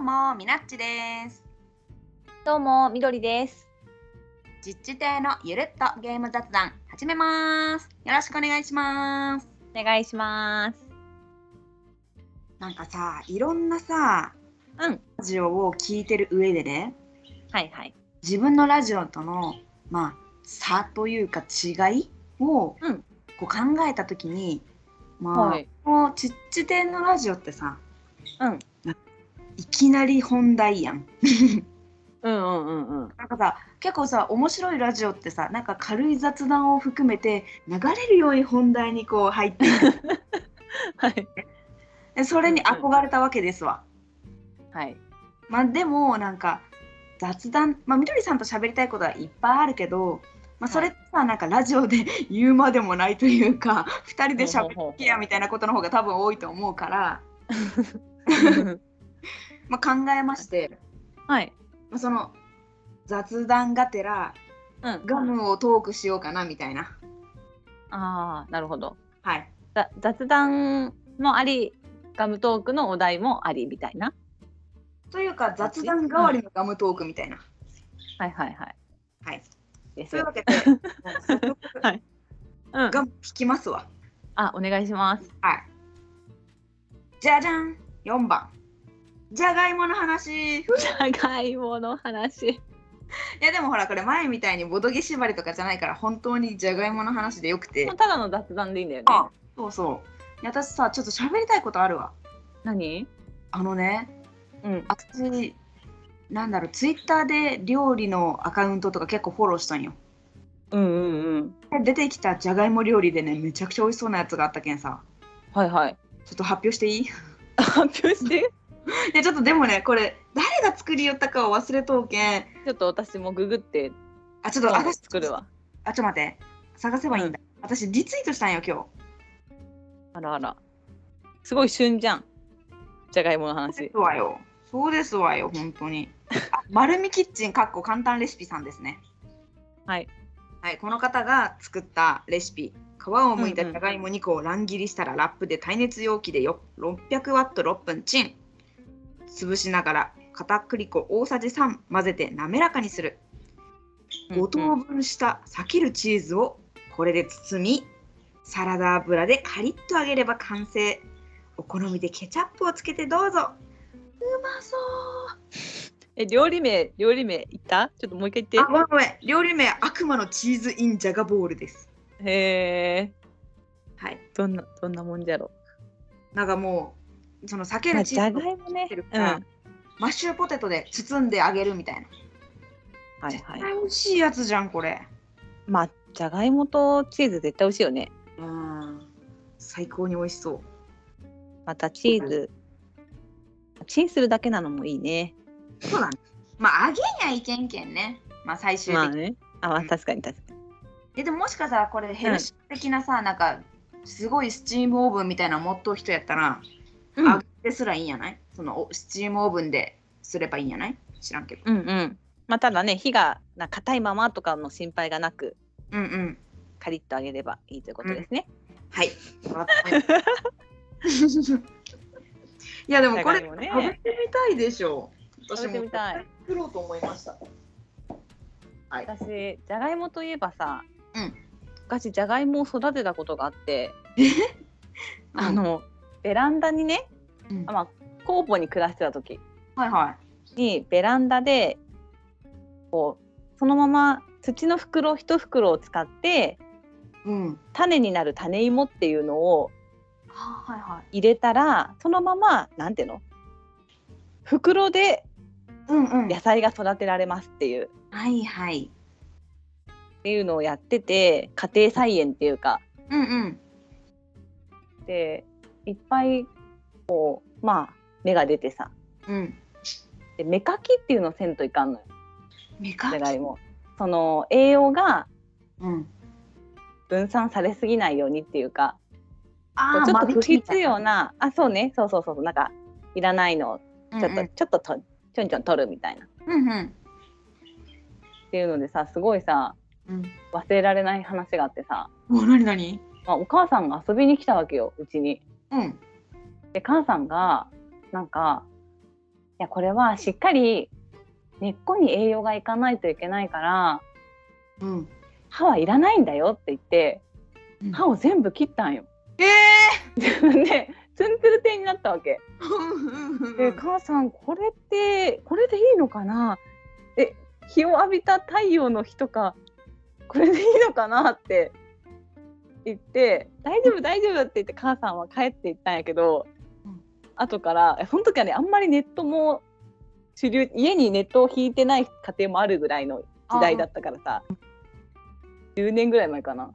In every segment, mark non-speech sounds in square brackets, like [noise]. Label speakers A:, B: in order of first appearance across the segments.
A: もみなっちです
B: どうも、みどりです。
A: 実地亭のゆるっとゲーム雑談始めますよろしくお願いします
B: お願いします。
A: なんかさいろんなさ
B: うん、
A: ラジオを聞いてる上でね
B: はいはい。
A: 自分のラジオとのまあ差というか違いを、
B: うん
A: こう考えた時にまあ、
B: はい
A: この実地亭のラジオってさ
B: うん、
A: いきなり本題やん
B: うんうんうんうん。
A: なんかさ結構さ面白いラジオってさなんか軽い雑談を含めて流れるように本題にこう入ってい
B: [laughs]
A: く
B: はい。
A: でそれに憧れたわけですわ。
B: はい。
A: まあ、でもなんか雑談、まあ、みどりさんと喋りたいことはいっぱいあるけど、まあ、それってさ、なんかラジオで [laughs] 言うまでもないというか2人で喋って
B: ほうほうほう
A: やみたいなことの方が多分多いと思う
B: [laughs]
A: から、まあ、考えまして、
B: [laughs] はい。
A: まあ、その雑談がてら
B: うん。
A: ガムをトークしようかなみたいな。
B: ああ、なるほど。
A: はい
B: ざ雑談もあり、ガムトークのお題もありみたいな。
A: というか雑談代わりのガムトークみたいな。
B: はいはいはい。
A: はい。
B: で
A: と
B: す
A: いう
B: よ。
A: わ
B: [laughs]
A: けで、もう早速
B: うん。
A: ガム聞きますわ。
B: あ、お願いします。
A: [laughs] はい。じゃじゃん !4 番。じゃがいもの話。ふっ
B: じゃがいもの話。
A: いやでもほら、これ前みたいにボドゲ縛りとかじゃないから、本当にじゃがいもの話でよくて
B: もう。ただの雑談でいいんだよね。
A: あそうそう。いや私さ、ちょっと喋りたいことあるわ。
B: 何
A: あのね、
B: うん。
A: 私、なんだろう、ツイッターで料理のアカウントとか結構フォローしたんよ。
B: うんうんうん。
A: で出てきたじゃがいも料理でね、めちゃくちゃ美味しそうなやつがあったけんさ。
B: はいはい。 [laughs]
A: ちょっと発表してい [laughs] いい
B: 発表して。
A: やちょっとでもねこれ誰が作りよったかを忘れとうけん
B: ちょっと私もググって
A: あちょっと私
B: 作るわ。
A: あちょっと待って探せばいいんだ、私リツイートしたんよ今
B: あらあら。すごい旬じゃん。じゃがいもの
A: 日そう
B: 話
A: です。わよそうですわよ本当にあ丸みキッチンかっこ簡単レシピさんですね
B: はい。
A: はいこの方が作ったレシピ皮を剥いたじゃがいも2個を乱切りしたらラップで耐熱容器でよ600ワット6分チン潰しながら片栗粉大さじ3混ぜて滑らかにする5等分した裂けるチーズをこれで包みサラダ油でカリッと揚げれば完成お好みでケチャップをつけてどうぞうまそう
B: え、料理名、料理名言ったちょっともう一回言
A: あ
B: っ
A: ごめんごめん料理名悪魔のチーズインジャガボールです
B: て。へえ。
A: はい
B: どんな、どんなもんじゃろ
A: なんかもうその裂け
B: う。ま
A: る
B: あ、
A: チ
B: じゃ
A: ーズ
B: が
A: を
B: いもね。
A: てる
B: う
A: か
B: ん。
A: ら
B: は
A: マッシュポテトで包んで揚げるみたいない
B: はい。
A: 美味しいやつじゃんこれ
B: まあ、じゃがいもとチーズ絶対美味しいよね。
A: うん最高に美味しそう
B: またチーズ。チンするだけなのもいいね。
A: そうだねまあ揚げにゃいけんけんねまあ最終的
B: ま
A: に
B: あね。あ、まあ、確かに確かに。
A: えでももしかしたらこれヘルシー的なさ、なんかすごいスチームオーブンみたいなの持っとう人やったら、
B: うん、
A: 揚げですらいいんやないそのおスチームオーブンですればいいんやない知らんけど
B: うんうん。まあ、ただね、火がな硬いままとかの心配がなく、
A: うんうん
B: カリッと揚げればいいということですね。
A: はい
B: [laughs]
A: わかったいやでもこれ
B: じゃ
A: 食
B: がいも
A: べ
B: ね
A: てみたいでしょ
B: 食べてみたい
A: 私も作ろうと思いましたはい
B: 私じゃがいもといえばさ、
A: うん
B: 昔じゃがいもを育てたことがあってあ
A: うん
B: のベランダにね、
A: うん
B: あまあ、工房に暮らしてた時
A: はいは
B: にベランダでこうそのまま土の袋一袋を使って
A: いうん
B: 種になる種芋っていうのを
A: あはいはい
B: 入れたらそのままなんていうの袋で
A: うんうん
B: 野菜が育てられますっていう
A: はいはい
B: っていうのをやってて家庭菜園っていうか
A: うんうん
B: でいっぱいこうまあ芽が出てさ
A: うん
B: で芽かきっていうのをせんといかんのよ
A: メカ
B: じゃがいもその栄養が
A: うん
B: 分散されすぎないようにっていうかこ
A: あ
B: う
A: ー
B: ちょっと
A: 間引
B: 不
A: きみた
B: 必
A: い
B: 要なあそうねそうそうそうなんかいらないのを
A: うん
B: ちょっと、ちょっととちょんちょん取るみたいなっ
A: うんうん
B: ていうのでさすごいさ
A: うん
B: 忘れられない話があってさ、
A: おなになに
B: まあ、お母さんが遊びに来たわけようちに。
A: うん
B: で母さんがなんか「やこれはしっかり根っこに栄養がいかないといけないから
A: うん。
B: 歯はいらないんだよって言って
A: うん
B: 歯を全部切ったんよ。 [laughs]
A: え
B: でツンツルテンになったわけ。
A: ーうんうん [laughs] う
B: で
A: ん
B: 母さんこれってこれでいいのかなえ日を浴びた太陽の日とかこれでいいのかなって言って大丈夫大丈夫って言って母さんは帰っていったんやけど、
A: うん
B: 後からえその時はねあんまりネットも主流家にネットを引いてない家庭もあるぐらいの時代だったからさ10年ぐらい前かな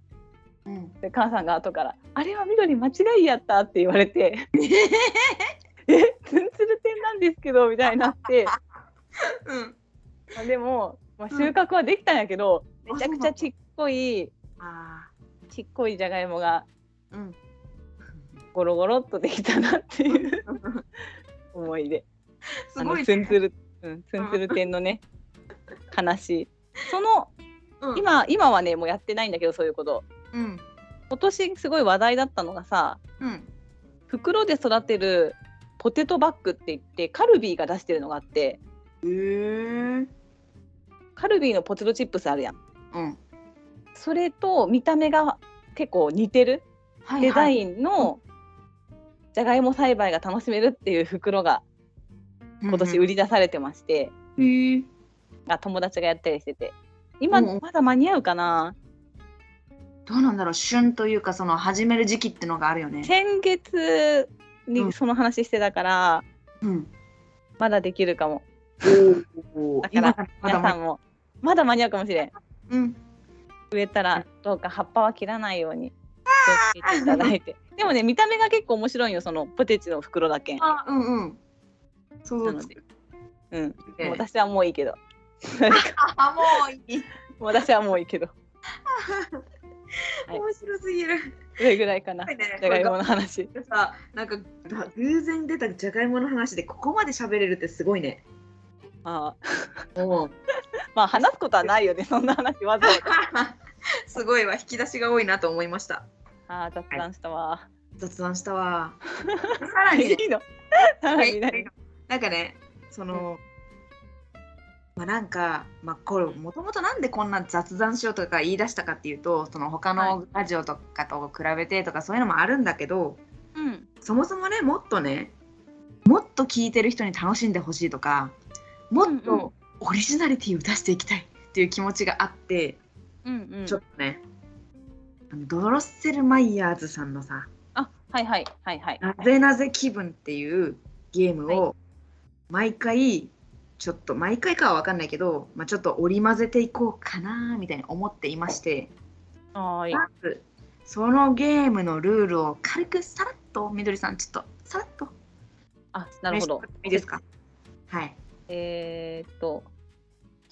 A: うん。
B: で母さんが後から「あれは緑間違いやった」って言われ
A: [laughs]
B: て「えツンツルテンなんですけど」みたいになって
A: [laughs] うん。
B: まあでも、まあ、
A: うん
B: 収穫はできたんやけど、
A: あ
B: めちゃくちゃちっこい
A: あ
B: ちっこいじゃがいもが
A: あ。うん。
B: ゴロゴロっとできたなっていう思い出。
A: すご
B: あの
A: い
B: ツンツル、うん、ツンツル天のね悲しい。その
A: うん。
B: 今今はねもうやってないんだけどそういうこと
A: うん。
B: 今年すごい話題だったのがさ
A: うん。
B: 袋で育てるポテトバッグって言ってカルビーが出してるのがあって
A: えー。
B: カルビーのポテトチップスあるやん
A: うん。
B: それと見た目が結構似てる
A: は
B: デザ
A: ン。
B: インのじゃがいも栽培が楽しめるっていう袋が今年売
A: り。
B: り出されてまして、
A: えー
B: あ友達がやったりしてて今
A: うんうん
B: まだ間に合うかな、
A: どうなんだろう旬というかその始める時期ってのがあるよね。
B: 先月
A: う
B: に
A: ん
B: その話してたから、
A: うん。
B: まだできるかも
A: おお
B: だから
A: ま
B: 皆
A: だま
B: さ
A: だ。
B: んもまだ間に合うかもしれん
A: うん。
B: 植えたらどうか葉っぱは切らないように気をつけていただいてでもね見た目が結構面白いよそのポテチの袋だけん、
A: あうんうん。そう
B: なのでうん、もう私はもういいけど
A: [laughs] あもういい。
B: もう私はもういいけどはい
A: 面白すぎる。
B: それぐらいかな
A: すごいね
B: じゃがいもの話
A: さなんかだ偶然出たじゃがいもの話でここまで喋れるってすごいね。
B: ああ
A: お
B: まあ話すことはないよねそんな話わざわざ
A: [laughs] すごいわ引き出しが多いなと思いました。
B: ああ雑談したわ、
A: 雑談し
B: [laughs]
A: たわ。さら
B: い、
A: にね
B: いのさらに何
A: なんかねその、まあなんか、まあ、これもともとなんでこんな雑談しようとか言い出したかっていうとその他
B: は
A: のラジオとかと比べてとかそういうのもあるんだけど
B: [laughs] うん
A: そもそもねもっとねもっと聞いてる人に楽しんでほしいとかもっ
B: うんうん
A: とオリジナリティを出していきたいっていう気持ちがあって、
B: うんうん
A: ちょっとねあのドロッセルマイヤーズさんのさ
B: あはいはいはいはい
A: なぜなぜ気分っていうゲームを毎回ちょっと毎回かは分かんないけど、まあ、ちょっと織り交ぜていこうかなみたいに思っていまして
B: はーい
A: まずそのゲームのルールを軽くさらっとみどりさんちょっとさらっと
B: あなるほど
A: お願いしてもらっていいですかはい
B: えーっと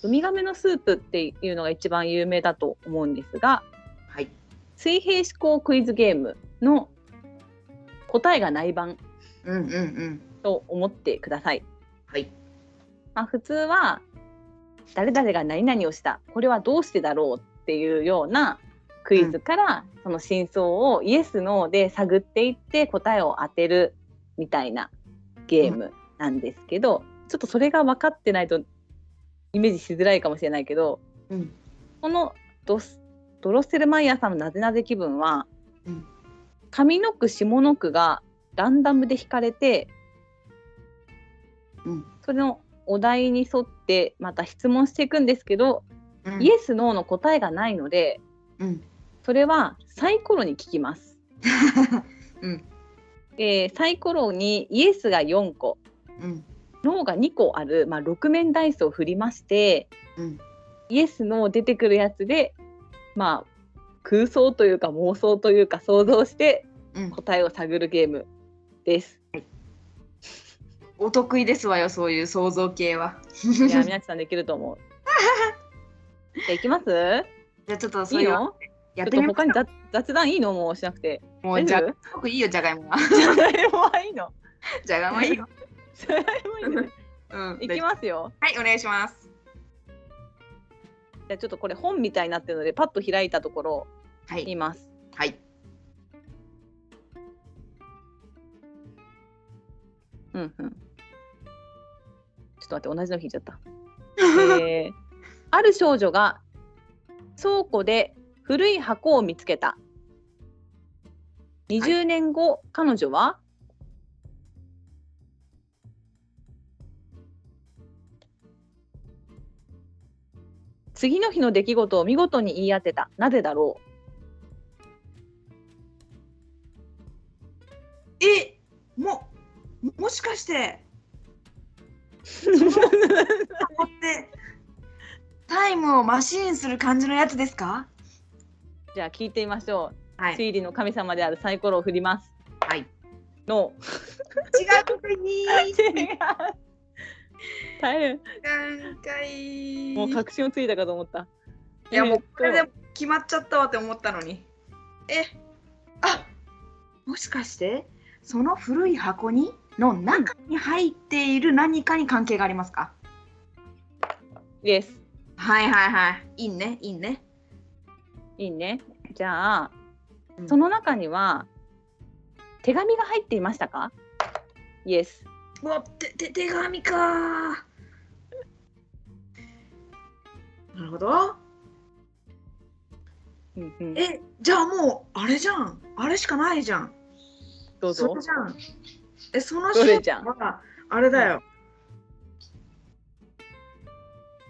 B: ウミガメのスープっていうのが一番有名だと思うんですが
A: はい
B: 水平思考クイズゲームの答えがない版
A: うんうんうん
B: と思ってください。
A: はい
B: まあ、普通は誰々が何々をしたこれはどうしてだろうっていうようなクイズから、その真相をイエス・ノーで探っていって答えを当てるみたいなゲームなんですけど、ちょっとそれが分かってないとイメージしづらいかもしれないけど
A: うん
B: このドスドロッセルマイヤーさんのなぜなぜ気分は、
A: うん
B: 上の句下の句がランダムで引かれて、
A: うん
B: それのお題に沿ってまた質問していくんですけど、
A: う
B: [laughs]
A: ん
B: イエス・ノーの答えがないので
A: うん
B: それはサイコロに聞きます。
A: うん
B: でサイコロにイエスが4個
A: うん
B: ノーが2個ある、まあ、6面ダイスを振りまして
A: うん
B: イエス・ノー出てくるやつで、まあ、空想というか妄想というか想像して
A: うん
B: 答えを探るゲーム
A: [laughs]
B: です。
A: お得意ですわよそういう想像系は
B: いや皆さんできると思う。じゃあいきます
A: じゃあちょっとそ
B: いい
A: れを
B: のち
A: や
B: ょ
A: っ
B: ってと
A: みま
B: 他
A: す
B: に雑雑談いいのもうしなくて。
A: もうじゃ
B: 大丈夫
A: すごくいいよじゃがいも
B: [laughs]
A: は
B: じゃがいもはいいの
A: じゃがいもはいいよ
B: じゃがいもいい
A: [laughs]
B: のね
A: うん
B: いきますよ。
A: はい、お願いします。
B: じゃあちょっとこれ本みたいになってるのでパッと開いたところ
A: は
B: 言い
A: い、
B: ます。
A: はい、
B: うんうん。ちょっと待って同じの引いちゃった。えーある少女が倉庫で古い箱を見つけた。20年後、彼女は次の日の出来事を見事に言い当てた。なぜだろう
A: えももしかして [laughs] ここってタイムをマシーンする感じのやつですか
B: じゃあ聞いてみましょう。
A: はい
B: 推
A: 違う
B: 理の神様であるサイコロを振ります。
A: はい。 [laughs]
B: の。
A: 国
B: 大変。
A: 何回
B: もう確信をついたかと思った。
A: いやもうこれで
B: も
A: も決まっちゃったわって思ったのにえあもしかしてその古い箱にの中に入っている何かに関係がありますか
B: です。
A: はいはいはいいいねいいね
B: いいね。じゃあ、
A: うん
B: その中には手紙が入っていましたか？イエス。
A: うわてて手紙かーなるほど
B: うんうん、
A: えじゃあもうあれじゃんあれしかないじゃん
B: どうぞ
A: それ。じゃんえその
B: それ
A: 人
B: じゃん
A: はあれだよ、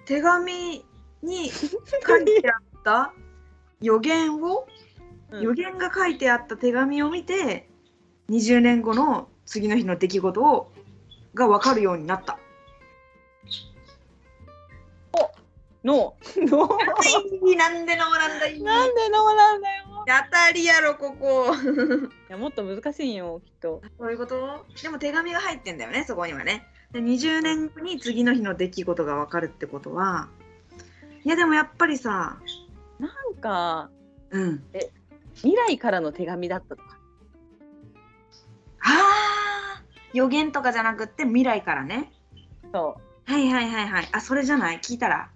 A: 手紙に書いてあ [laughs] った予言を、
B: うん
A: 予言が書いてあった手紙を見て20年後の次の日の出来事をが分かるようになった。
B: [laughs] ノー。ノ
A: [laughs] なんでのなんだい
B: ー。なんでノーなんだよ。
A: [laughs] 当たりやろここ
B: いやもっと難しいんよきっと。
A: そういうことでも手紙が入ってんだよねそこにはねで20年後に次の日の出来事が分かるってことはいやでもやっぱりさ
B: なんか
A: うん
B: 未来からの手紙だったとか。
A: あー予言とかじゃなくって未来からね
B: そ
A: はいはいはいはいあそれじゃない聞いたら
B: う。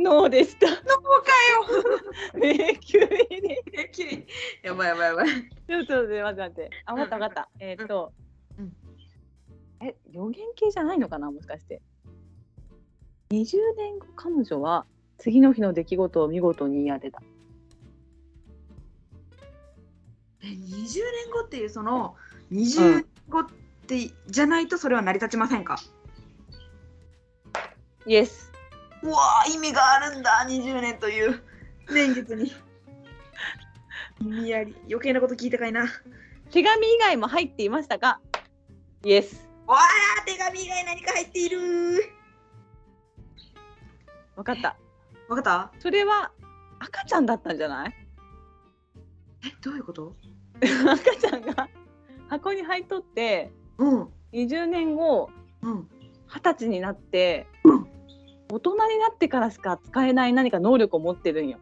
B: ノーでした。 [laughs]
A: そうかよ
B: ねえ急に。
A: やばいやばいやばい
B: ちょっと待って待って待って。あ、わかったわかった。えーっと、
A: うん
B: え、予言系じゃないのかな、もしかして。20年後、彼女は次の日の出来事を見事に言い当てた。
A: え20年後っていうその20年後ってじゃないとそれは成り立ちませんか、
B: イエス。
A: うわー意味があるんだ20年という年月 [laughs] に意味あり余計なこと聞いたかいな
B: 手紙以外も入っていましたかイエス。
A: わあ手紙以外何か入っている
B: わかった。
A: わかった
B: それは赤ちゃんだったんじゃない
A: えどういうこと
B: [laughs] 赤ちゃんが箱に入っとって、
A: うん
B: 20年後、
A: うん
B: 二十歳になって、大人になってからしか使えない何か能力を持ってるんよ。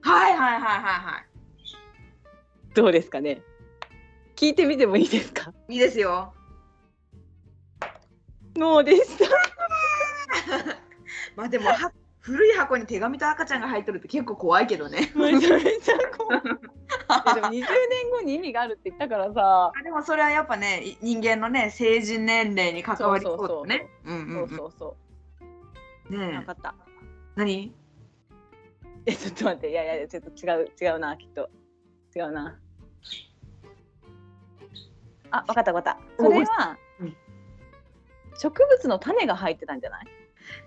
A: はいはいはいはいは
B: どうですかね聞いてみてもいいですか
A: いいいですよ
B: ノーでした。
A: まあでもは古い箱に手紙と赤ちゃんが入っとるって結構怖いけどね
B: めちゃめちゃ
A: [laughs]
B: 怖い。でも20年後に意味があるって言ったからさ。
A: あでもそれはやっぱねい人間のね成人年齢に関わりそうだねうんう
B: そ
A: ん
B: うそうそ
A: うん
B: う。わ
A: ねえ
B: かった。
A: 何
B: え、ちょっと待って。いやいや、ちょっと違う、違うな、きっと。違うな。あ、わかったわかった。それは
A: うん、
B: 植物の種が入ってたんじゃない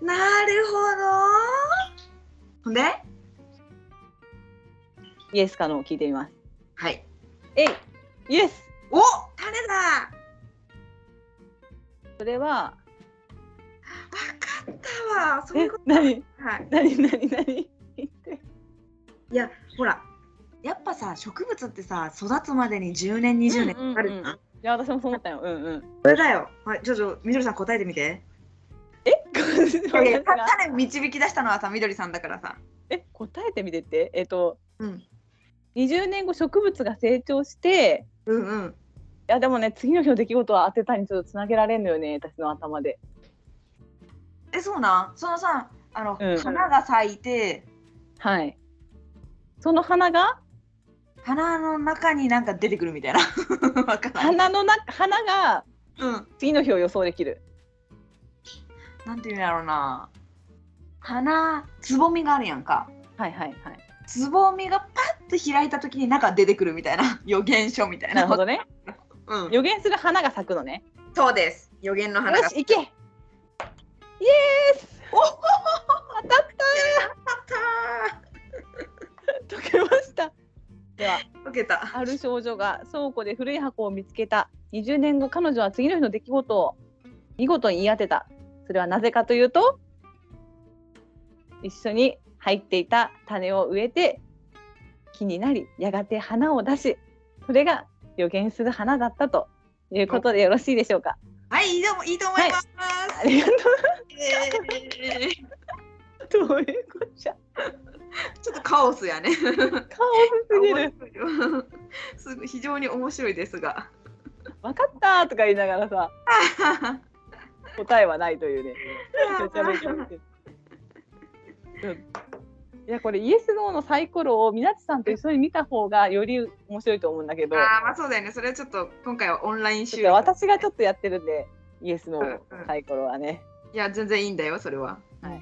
A: なるほどほんで
B: イエスかノー聞いてみます。
A: はい
B: えいイエス
A: お種だわ
B: それは、
A: かったわそうい
B: え
A: うこ、
B: 何
A: とはい
B: 何何何言って。
A: いやほらやっぱさ植物ってさ育つまでに10年20年
B: うんうんうん
A: かかるじゃん、
B: いや、私もそう思ったよ。うんうん。
A: それだよはいちょっとみどりさん答えてみていやいやた種を導き出したのはさみどりさんだからさ [laughs]
B: え答えてみてってえっと
A: うん
B: 20年後植物が成長して
A: うんうん
B: いやでもね次の日の出来事は当てたにちょっとつなげられんのよね私の頭で
A: えそうなんそのさあの、
B: うん
A: 花が咲いて
B: はいその花が
A: 花の中になんか [laughs] 出てくるみたいなわからん
B: 花のな花が
A: うん
B: 次の日を予想できる
A: なんていうんやろうな花つぼみがあるやんか
B: はいはいは
A: つぼみがパッと開いた時に中出てくるみたいな予言書みたい
B: い。
A: な
B: なるほどね。
A: うん、
B: 予言する花が咲くのね。
A: そうです予言の
B: よ
A: 花が
B: し、行け。イエース。
A: お
B: 当たった。解けました。では、
A: 溶けた
B: ある少女が倉庫で古い箱を見つけた。20年後、彼女は次の日の出来事を見事に言い当てた。それはなぜかというと、一緒に入っていた種を植えて、木になり、やがて花を出し、それが予言する花だったということでよろしいでしょうか。
A: はいいいと思いいと思います、
B: ありがと
A: えー
B: う。どういうことじゃ。
A: ちょっとカオスやね
B: カオスすぎる。
A: 面白いすごい非常に面白いですが
B: わかったとか言いながらさ、答えはないというね。めちゃめちゃ面白いいやこれイエスノーのサイコロをみなちさんと一緒に見た方がより面白いと思うんだけど、
A: ああまあそうだよねそれはちょっと今回はオンライン
B: ちょ
A: 収
B: っと
A: 録
B: 私がちょっとやってるんで、イエスノーの
A: うんうん
B: サイコロはね、
A: いや全然いいんだよそれは、
B: はい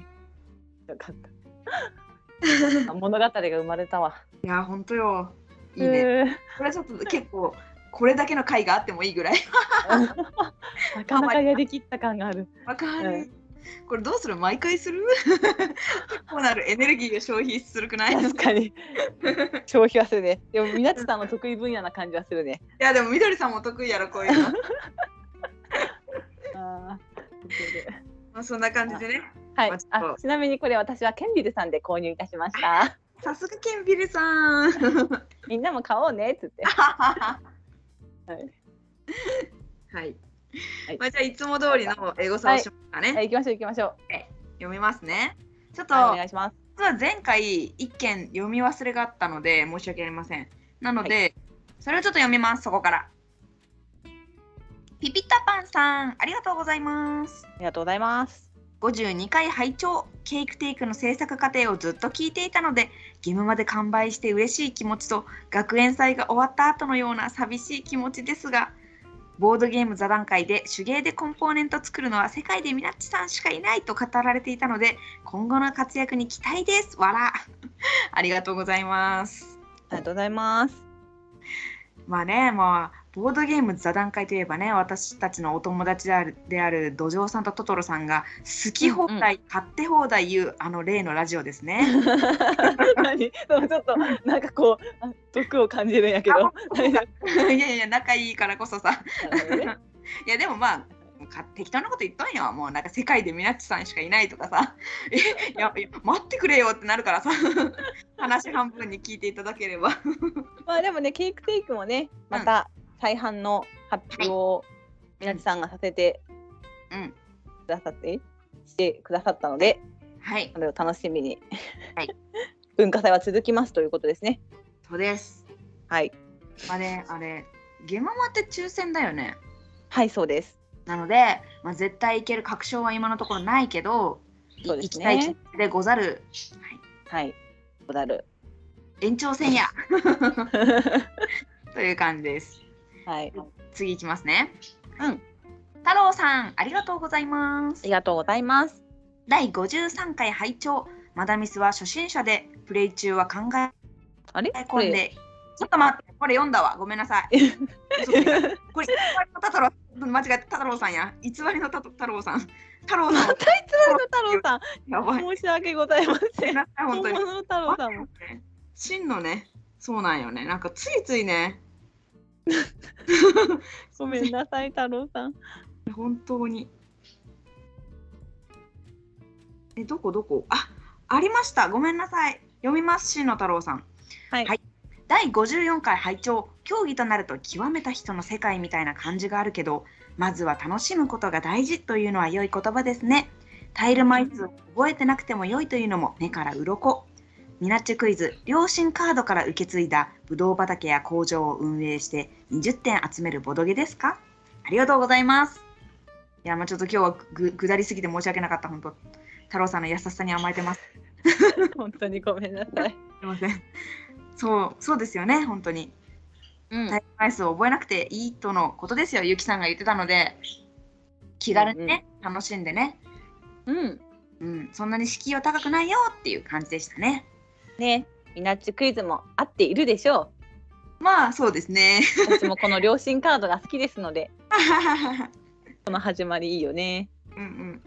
B: よか
A: [laughs]
B: った。物語が生まれたわ。
A: いや本当よいいね、
B: うー
A: [laughs] これはちょっと結構これだけの回があってもいいぐらい
B: ん。なかなかやりきった感がある。
A: わか
B: う
A: る、これどうする毎回する [laughs] 結構なるエネルギーが消費するくない
B: 確か
A: [laughs]
B: に消費はするね。でもみなちさんの得意分野な感じはする
A: [laughs]
B: ね。
A: いやでもみどりさんも得意やろこういうの
B: あー
A: まあそんな感じでね
B: はい
A: まあち。ょっと
B: あちなみにこれ私はケンビルさんで購入いたしました。
A: さすがケンビ
B: [laughs]
A: ルさん
B: みんなも買おうねっつって。
A: はいはい、
B: はい
A: まあ、じゃあいつも通りの英語さをしますかね、
B: はい、行きましょう行きましょう。
A: 読みますねちょっと、
B: はい、お願いします。
A: 実は前回一件読み忘れがあったので申し訳ありませんなので、それをちょっと読みますそこからピピタパンさんありがとうございます
B: ありがとうございます。
A: 52回拝聴ケークテイクの制作過程をずっと聞いていたのでゲームまで完売して嬉しい気持ちと学園祭が終わった後のような寂しい気持ちですがボードゲーム座談会で手芸でコンポーネント作るのは世界でミナッチさんしかいないと語られていたので今後の活躍に期待ですわらありがとうございます
B: ありがとうございます。
A: まあねまあボードゲーム座談会といえばね私たちのお友達であるである土壌さんとトトロさんが好き放題、
B: うんう
A: 買って放題言うあの例のラジオですね。
B: [laughs] 何？でもちょっとなんかこうあ毒を感じるんやけど。
A: [laughs] いやいや仲いいからこそさ
B: なるほどね
A: いやでもまあか適当なこと言っとんよもうなんか世界でミナッチさんしかいないとかさえいやいや待ってくれよってなるからさ話半分に聞いていただければ
B: [laughs] まあでもね、ケークテイクもね、また再販の発表をみなちさんがさせて
A: うん
B: くださってしてくださったので、
A: はい
B: それを楽しみに。
A: はい。
B: [laughs] 文化祭は続きますということですね。
A: そうです
B: はい。
A: あれあれゲママって抽選だよね
B: はい、そうです。
A: なので、まあ、絶対行ける確証は今のところないけど、い
B: そうで
A: 行
B: す
A: き
B: ね
A: たい気持ちでござる、
B: はい。 [laughs] ござる。
A: はい、延長戦
B: [laughs]
A: や
B: は
A: という感じです
B: い。
A: 次行きますね
B: うん。
A: 太郎さんありがとうございます
B: ありがとうございます。
A: 第53回拝聴マダミスは初心者でプレイ中は考え
B: あれこ
A: 込
B: れ
A: んでちょっと待ってこれ読んだわごめんなさい嘘ついたこれ偽りの太郎間違えた太郎さんや偽りの太太郎さん太郎
B: [laughs]
A: さん
B: 太郎 [laughs] さん、
A: やばいご
B: 申し訳ございませ
A: めん
B: ん。
A: なさい本
B: 本
A: 当に
B: 物の太郎さんも。
A: 真のねそうなんよねなんかついついね
B: ごめんなさい、太郎さん。
A: 本当にえどこどこあありましたごめんなさい読みます真の太郎さん
B: はい。
A: はい第54回拝聴競技となると極めた人の世界みたいな感じがあるけどまずは楽しむことが大事というのは良い言葉ですねタイル枚数を覚えてなくても良いというのも目から鱗ミナッチクイズ両親カードから受け継いだブドウ畑や工場を運営して20点集めるボドゲですかありがとうございますいやまあちょっと今日はぐぐだりすぎて申し訳なかった本当太郎さんの優しさに甘えてます
B: 本当にごめんなさい。
A: すいませんそうそうですよね本当に
B: うん
A: タイムアイスを覚えなくていいとのことですよ、ゆきさんが言ってたので、気軽にね、楽しんでね、
B: うん。
A: うん、そんなに敷居は高くないよっていう感じでしたね。
B: ね、みなっちクイズも合っているでしょ
A: まあそうですね。 [laughs]
B: う。私もこの両親カードが好きですので、 [laughs] この始まりいいよね。
A: うんうん。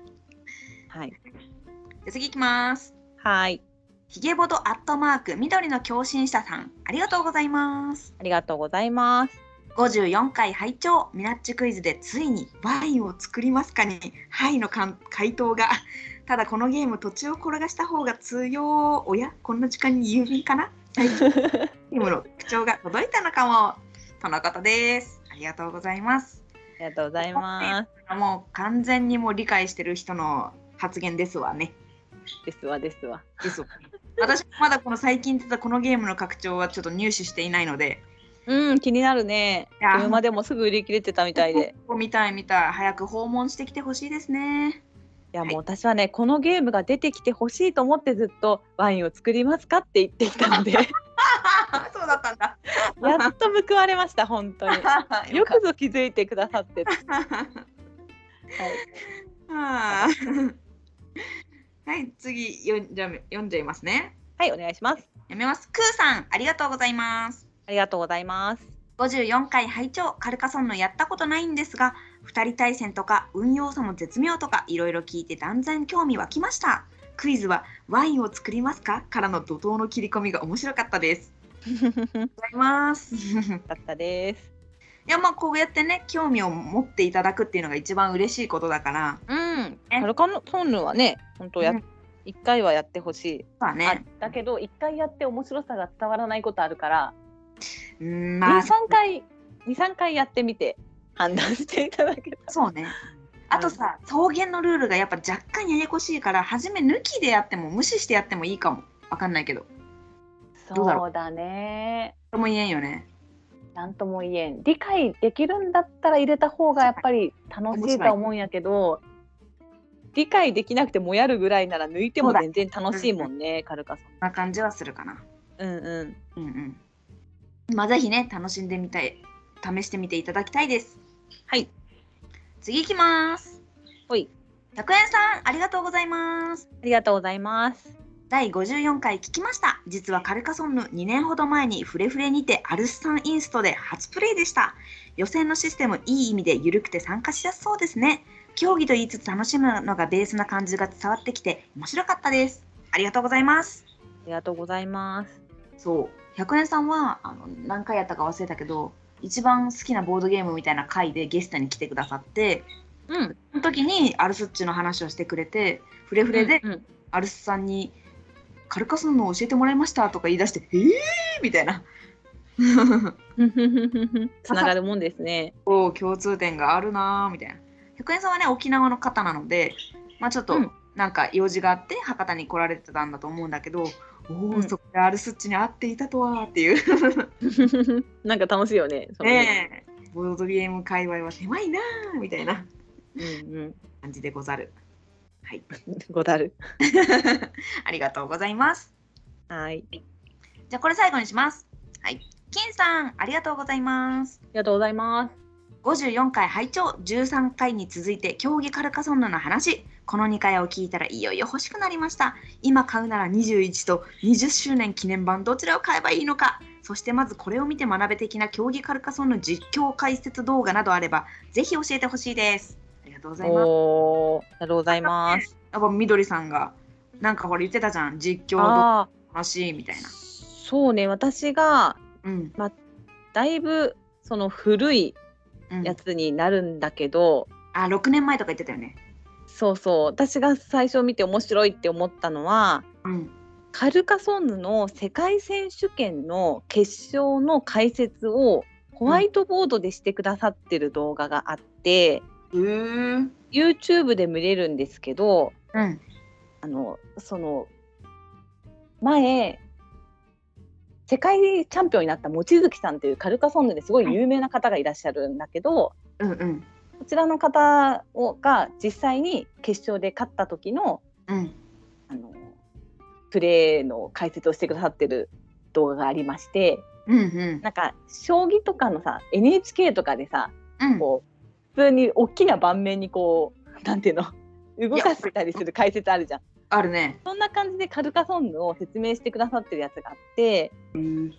B: はい。
A: じゃあ次いきます。
B: はい。
A: ひげぼとアットマーク緑の共振者さん、ありがとうございます。
B: ありがとうございます。
A: 54回拝聴ミナッチクイズでついにワインを作りますかに「はい」のかん回答が [laughs] ただこのゲーム土地を転がした方が強おやこんな時間に郵便かな
B: [laughs]
A: はいゲームの口調が届いたのかもとのことですありがとうございます
B: ありがとうございま
A: もう完全にもう理解してる人の発言ですわね
B: す。ですわですわ。
A: です
B: [laughs]
A: わね私もまだこの最近出たこのゲームの拡張はちょっと入手していないので
B: うん、気になるね。
A: いやー
B: 車でもすぐ売り切れてたみたい [laughs] で。
A: 見たい見たい早く訪問してきてほしいですね
B: いや
A: はい
B: もう私はねこのゲームが出てきてほしいと思ってずっとワインを作りますかって言っていたのでや
A: [laughs] そうだったんだ。
B: っと報われま
A: [laughs]
B: した本当によ
A: っ
B: くぞ気づいてくださって、はい、
A: た。 [laughs] はい、次よんじゃ読んじゃいますね。
B: はい、お願いします
A: やめます。クーさん、ありがとうございます。
B: ありがとうござい
A: [laughs]
B: ます
A: 54回拝聴カルカソンヌやったことないんですが2人対戦とか運用差も絶妙とかいろいろ聞いて断然興味湧きましたクイズはワインを作りますかからの怒涛の切り込みが面白かったですありがとうございます [laughs] い
B: だったです
A: やまあこうやってね興味を持っていただくっていうのが一番嬉しいことだから
B: うん
A: ね
B: カルカソンヌはね本当や
A: うん
B: 一、回はやってほし
A: まあ
B: い、
A: ね
B: あだけど一回やって面白さが伝わらないことあるから
A: うんま
B: 二
A: あ
B: 三、回二三回やってみて判断していただけたら
A: そうねあとさ草原のルールがやっぱ若干ややこしいから初め抜きでやっても無視してやってもいいかもわかんないけどどうだろう
B: そうだね
A: とも言えんよね
B: なんとも言えん理解できるんだったら入れた方がやっぱり楽しいとは思うんやけど理解できなくてもやるぐらいなら抜いても全然楽しいもんねカルカさ
A: そんな感じはするかな。
B: ん。うんう
A: うんうん。まあぜひね楽しんでみたい試してみていただきたいです。
B: はい。
A: 次いきます。
B: ほい。
A: 100円さんありがとうございます。
B: ありがとうございます。
A: 第54回聞きました実はカルカソンヌ2年ほど前にフレフレにてアルスさんインストで初プレイでした予選のシステムいい意味で緩くて参加しやすそうですね競技と言いつつ楽しむのがベースな感じが伝わってきて面白かったですありがとうございます
B: ありがとうございます。
A: そう100円さんはあの何回やったか忘れたけど一番好きなボードゲームみたいな回でゲストに来てくださって
B: うん。
A: その時にアルスッチの話をしてくれてフレフ
B: そ
A: レで
B: うん、
A: アルスさんに「カルカソンヌを教えてもらいました」とか言い出して「えー!」みたいな
B: [laughs] つながるもんですね。 [laughs]
A: おー共通点があるなーみたいな百円さんはね沖縄の方なのでまあちょっと
B: うん
A: なんか用事があって博多に来られてたんだと思うんだけどおお、
B: うん
A: そこでアルスッチに会っていたとはーっていう
B: なんか楽しいよね。それ
A: ねえボードゲーム界隈は狭いなーみたいな
B: うんうん。
A: 感じでござるはい [laughs]
B: ごだる。
A: ありがとうございます
B: はい。あり
A: じゃあこれ最後にしますはい金さんありがとうございます
B: がとうございます。
A: 54回拝聴13回に続いて競技カルカソンヌの話この2回を聞いたらいよいよ欲しくなりました今買うなら21と20周年記念版どちらを買えばいいのかそしてまずこれを見て学べ的な競技カルカソンヌ実況解説動画などあればぜひ教えてほしいですありがとうございます
B: おおー、ありがとうございます。
A: やっぱみどりさんがなんかほら言ってたじゃん実況動画
B: あ
A: 楽しいみた
B: あ
A: いな、
B: そうね。私が
A: うん
B: だいぶその古い
A: うん
B: やつになるんだけど、
A: あ6年前とか言ってたよね
B: そうそう私が最初見て面白いって思ったのは
A: うん
B: カルカソンヌの世界選手権の決勝の解説をホワイトボードでしてくださってる動画があって、
A: うーん
B: YouTube で見れるんですけど
A: うん
B: あのその前世界チャンピオンになった望月さんというカルカソンヌですごい有名な方がいらっしゃるんだけど、
A: うんうん
B: こちらの方をが実際に決勝で勝った時の
A: うん
B: あのプレーの解説をしてくださってる動画がありまして
A: うんうん
B: なんか将棋とかのさ NHK とかでさ
A: うん
B: こう普通に大きな盤面にこうなんていうの [laughs] 動かしたりする解説あるじゃん
A: あるね。
B: そんな感じでカルカソンヌを説明してくださってるやつがあって
A: うん。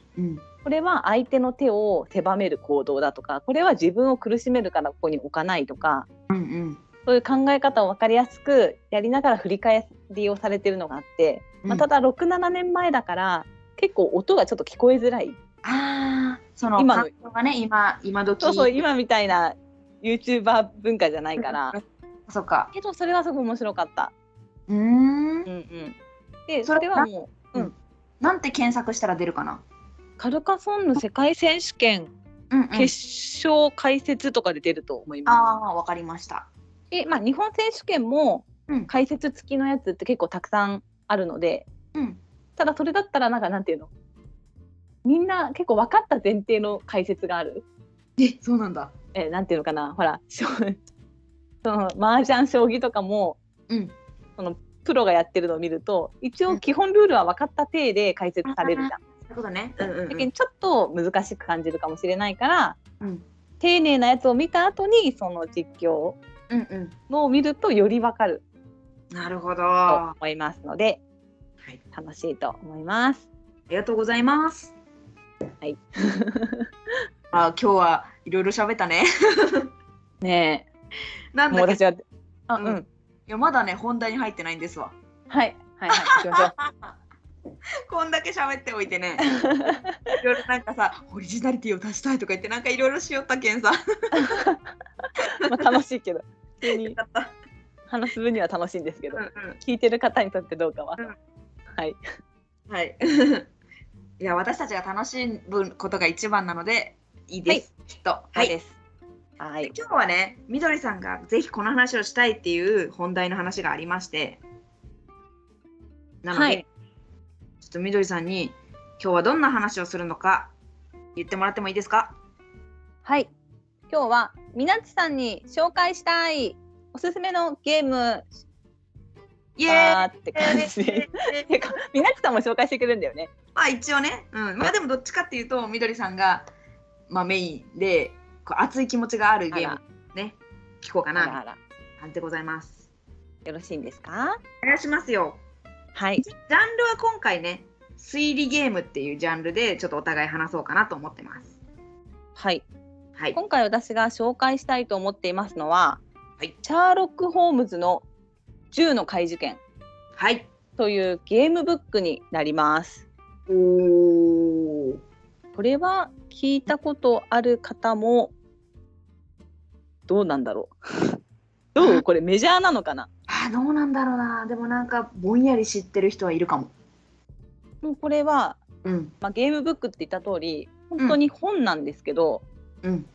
B: これは相手の手を狭める行動だとかこれは自分を苦しめるからここに置かないとか
A: うんうん。
B: そういう考え方を分かりやすくやりながら振り返りをされてるのがあって、まあ、た
A: だ、
B: だ67年前だから結構音がちょっと聞こえづらい
A: ああ、その
B: 今の
A: 環境がね、今、今時。
B: そうそう今みたいな YouTuber 文化じゃないから
A: そうか。
B: けどそれはすごい面白かった。
A: うーん
B: う。んうん、で
A: そ
B: そ
A: れ
B: れはもう、う
A: うん
B: ん、
A: なんて検索したら出るかな。
B: カルカソンヌ世界選手権
A: うん、うん。
B: 決勝解説とかで出ると思います。
A: ああ、わかりました。
B: でまあ、日本選手権も
A: うん
B: 解説付きのやつって結構たくさんあるので
A: うん。
B: ただそれだったらなんかなんていうのみんな結構分かった前提の解説がある、
A: え、そうなんだ。
B: えーなんていうのかなほらしょ [laughs] その麻雀将棋とかも
A: うん。
B: プロがやってるのを見ると一応基本ルールは分かった体で解説されるじゃん。
A: そういうことね。うんうん、
B: だ
A: う
B: け
A: ん
B: どちょっと難しく感じるかもしれないから、
A: うん
B: 丁寧なやつを見た後にその実況
A: うんう
B: のを見るとより分かる
A: ん。なるほど。
B: と
A: あ
B: 思いますので、
A: はい
B: 楽しいと思います。
A: りがとうございます。
B: はい。
A: [laughs] あ、今日はいろいろ喋ったね。
B: ね
A: な
B: え
A: ん
B: もう
A: だけ
B: 私
A: ど、い
B: はあ
A: う
B: うんん、
A: や、まだね、本題に入ってないんですわ。
B: はいはいはい行きましょう。
A: こんだけ喋っておいて [laughs] ね。いろいろなんかさ、オリジナリティを出したいとか言って、なんかいろいろしよったけん [laughs] さ。
B: [laughs] まあ楽しいけど普通に
A: だった。
B: 話す分には楽しいんですけど
A: うんうん。
B: 聞いてる方にとってどうかは、
A: うん
B: はい
A: はい。いや、私たちが楽しむことが一番なので、いいです。きっと。は
B: そう
A: い。
B: ですはい
A: 今日はね、みどりさんがぜひこの話をしたいっていう本題の話がありまして。なので、
B: はい
A: ちょっとみどりさんに、今日はどんな話をするのか。言ってもらってもいいですか。
B: はい今日はみなっちさんに紹介したいおすすめのゲーム
A: イエ
B: だーって感じ
A: ー
B: で
A: イ。
B: てかみなっちさんも紹介してくれるんだよね
A: まあ一応ね、うん、まあでもどっちかっていうとみどりさんが、まあ、メインでこう熱い気持ちがあるゲームね聞こうか
B: あらあら
A: な
B: あら
A: なんでございます
B: よろしいんですか
A: お願いしますよ
B: はい
A: ジャンルは今回ね推理ゲームっていうジャンルでちょっとお互い話そうかなと思ってます
B: はい
A: はい
B: 今回私が紹介したいと思っていますのは、
A: はい
B: シャーロック・ホームズの銃の怪事件
A: はい
B: というゲームブックになります
A: おお
B: これは聞いたことある方もどうなんだろう [laughs] どうこれメジャーなのかな
A: あどうなんだろうなでもなんかぼんやり知ってる人はいるかも
B: もうこれは、
A: うん
B: まあ、ゲームブックって言った通り本当に本なんですけど、
A: うん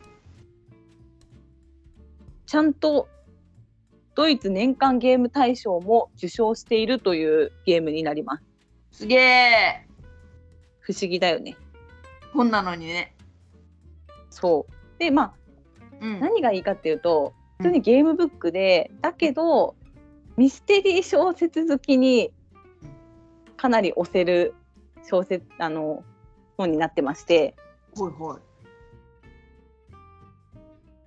B: ちゃんとドイツ年間ゲーム大賞も受賞しているというゲームになります
A: すげえ
B: 不思議だよね
A: 本なのにね
B: そうでまあ
A: うん
B: 何がいいかっていうと
A: う
B: 普
A: ん
B: 通にゲームブックでだけどミステリー小説好きにかなり押せる小説あの本になってまして
A: ほいほい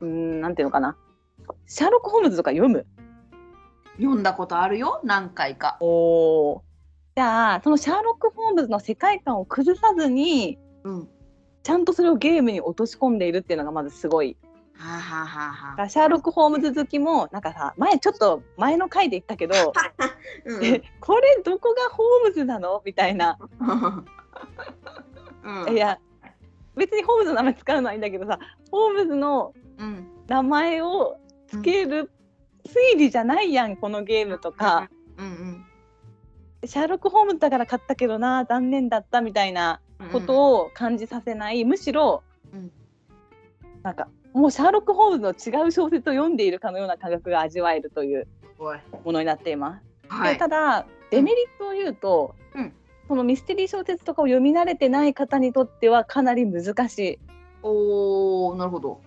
A: う
B: ーんなんていうのかなシャーロック・ホームズとか読む
A: 読んだことあるよ何回か
B: おじゃあそのシャーロック・ホームズの世界観を崩さずに
A: うん
B: ちゃんとそれをゲームに落とし込んでいるっていうのがまずすごい
A: はあ、はあはあ
B: だ
A: は
B: からシャーロック・ホームズ好きもなんかさ前ちょっと前の回で言ったけど
A: う
B: え [laughs] これどこがホームズなのみたいな
A: んうん、
B: いや別にホームズの名前使うのはいいんだけどさホームズの
A: うん、
B: 名前をつける推理じゃないやんこのゲームとか、
A: うん
B: シャーロック・ホームズだから買ったけどな残念だったみたいな
A: うん、
B: ことを感じさせない、むしろ、
A: うん
B: なんかもうシャーロック・ホームズの違う小説を読んでいるかのような感覚が味わえるという
A: おい
B: ものになっています。
A: は
B: で
A: い
B: ただデメリットを言うと、
A: うん
B: そのミステリー小説とかを読み慣れてない方にとってはかなり難しい。
A: おーなるほど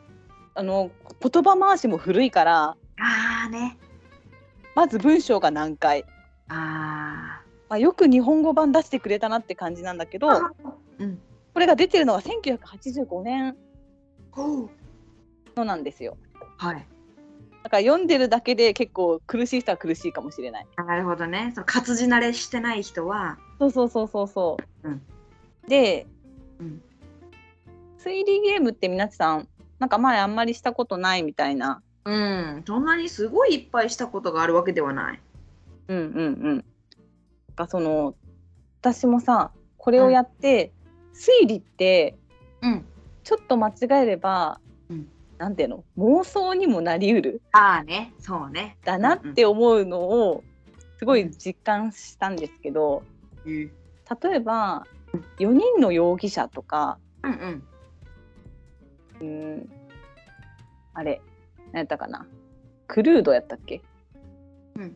B: あの言葉回しも古いから
A: ああね
B: まず文章が難解、
A: あ
B: まあ、よく日本語版出してくれたなって感じなんだけど
A: あうん
B: これが出てるのが1985年
A: ほう
B: のなんですよ。
A: はい
B: だから読んでるだけで結構苦しい人は苦しいかもしれない。
A: あなるほどね。その活字慣れしてない人は、
B: そうそうそうそうそう。
A: うん
B: で、
A: うん
B: 推理ゲームってみなちさんなんか前あんまりしたことないみたいな。
A: うん、そんなにすごいいっぱいしたことがあるわけではない。
B: うんうんうん。なんかその私もさこれをやって、推理って
A: うん。
B: ちょっと間違えれば、
A: うん
B: なんていうの妄想にもなりうる
A: ああね、そうね。
B: だなって思うのをすごい実感したんですけど
A: うん
B: 例えば4人の容疑者とか
A: うんうん。
B: あれ何やったかなクルードやったっけ、
A: うん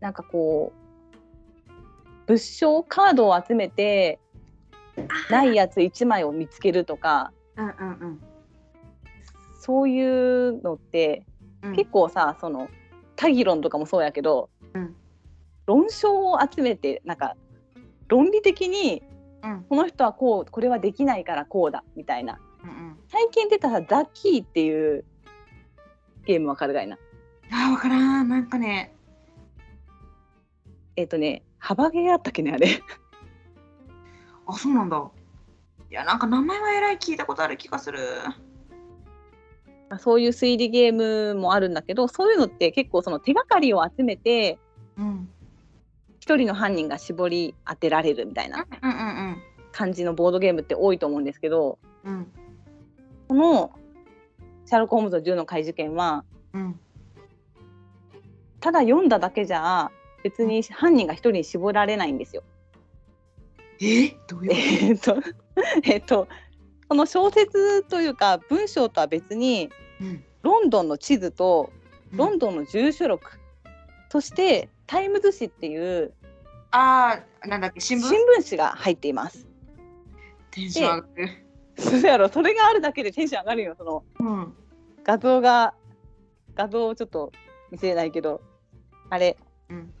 B: なんかこう物証カードを集めてないやつ1枚を見つけるとか
A: うんうん
B: そういうのって
A: うん。
B: 結構さそのタギ論とかもそうやけど、
A: うん
B: 論証を集めてなんか論理的に
A: うん
B: この人はこうこれはできないからこうだみたいな
A: うんうん。
B: 最近出たさザ・キーっていうゲームわかるがいな
A: ああ、わからん。なんかね、
B: えっ、とね幅ゲーあったっけねあれ [laughs]
A: あ、そうなんだ。いや、なんか名前はえらい聞いたことある気がする。
B: そういう推理ゲームもあるんだけどそういうのって結構その手がかりを集めて
A: うん。
B: 一人の犯人が絞り当てられるみたいな
A: うんうん
B: 感じのボードゲームって多いと思うんですけど
A: うん。うん
B: この「シャーロック・ホームズの銃の怪事件は」
A: うん
B: ただ読んだだけじゃ別に犯人が一人に絞られないんですよ。 [laughs]
A: えどういうこ
B: えっとえっとこの小説というか文章とは別に
A: とうん
B: ロンドンの地図とロ
A: うん
B: ンドンの住所録、そしてタイムズ紙っていう
A: ああ、なんだっけ、新
B: 新
A: 聞
B: 聞紙が入っています。
A: テンション上がる。
B: そうやろそれがあるだけでテンション上がるよその
A: うん。
B: 画像が画像をちょっと見せれないけどあれ
A: うん。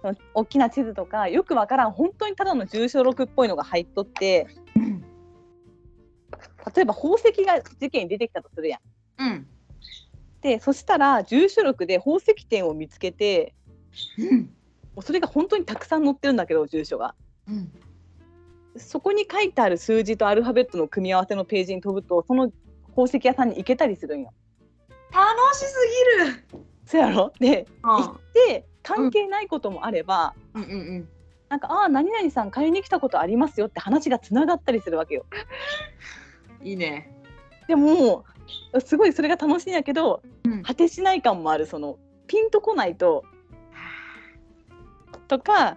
B: その大きな地図とかよくわからん本当にただの住所録っぽいのが入っとって
A: うん
B: 例えば宝石が事件に出てきたとするやん。
A: うん。
B: でそしたら住所録で宝石店を見つけて
A: うん。
B: もうそれが本当にたくさん載ってるんだけど住所が。
A: うん。
B: そこに書いてある数字とアルファベットの組み合わせのページに飛ぶとその宝石屋さんに行けたりするんよ。
A: 楽しすぎる。
B: そうやろ [laughs] で行
A: う
B: って関係ないこともあれば、
A: んうんうん。
B: なんか「ああ何々さん買いに来たことありますよ」って話がつながったりするわけよ。
A: いいね。
B: でもすごいそれが楽しいんやけど、
A: うん
B: 果てしない感もあるそのピンとこないととか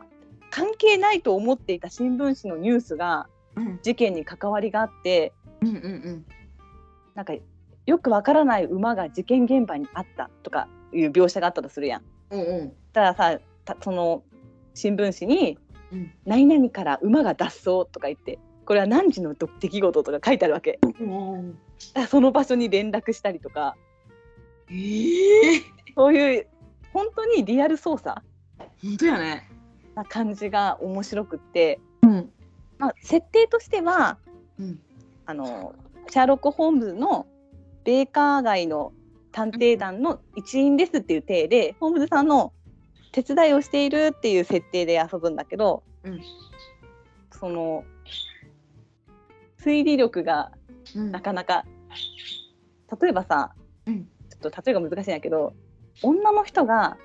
B: 関係ないと思っていた新聞紙のニュースが
A: うん
B: 事件に関わりがあって
A: うんうん
B: なんかよくわからない馬が事件現場にあったとかいう描写があったとするやん。
A: うん。うんうん。
B: たださたその新聞紙に
A: うん
B: 「何々から馬が脱走」とか言ってこれは何時の出来事とか書いてあるわけ
A: うん
B: だからその場所に連絡したりとか
A: ええ
B: そういう本当にリアル操作
A: 本当やね。
B: な感じが面白くって、
A: うん。
B: まあ、設定としては
A: うん。
B: あのシャーロック・ホームズのベーカー街の探偵団の一員ですっていう体で、ホームズさんの手伝いをしているっていう設定で遊ぶんだけど、
A: うん
B: その推理力が
A: うん
B: なかなか例えばさ、
A: うん
B: ちょっと例えが難しいんやけど女の人が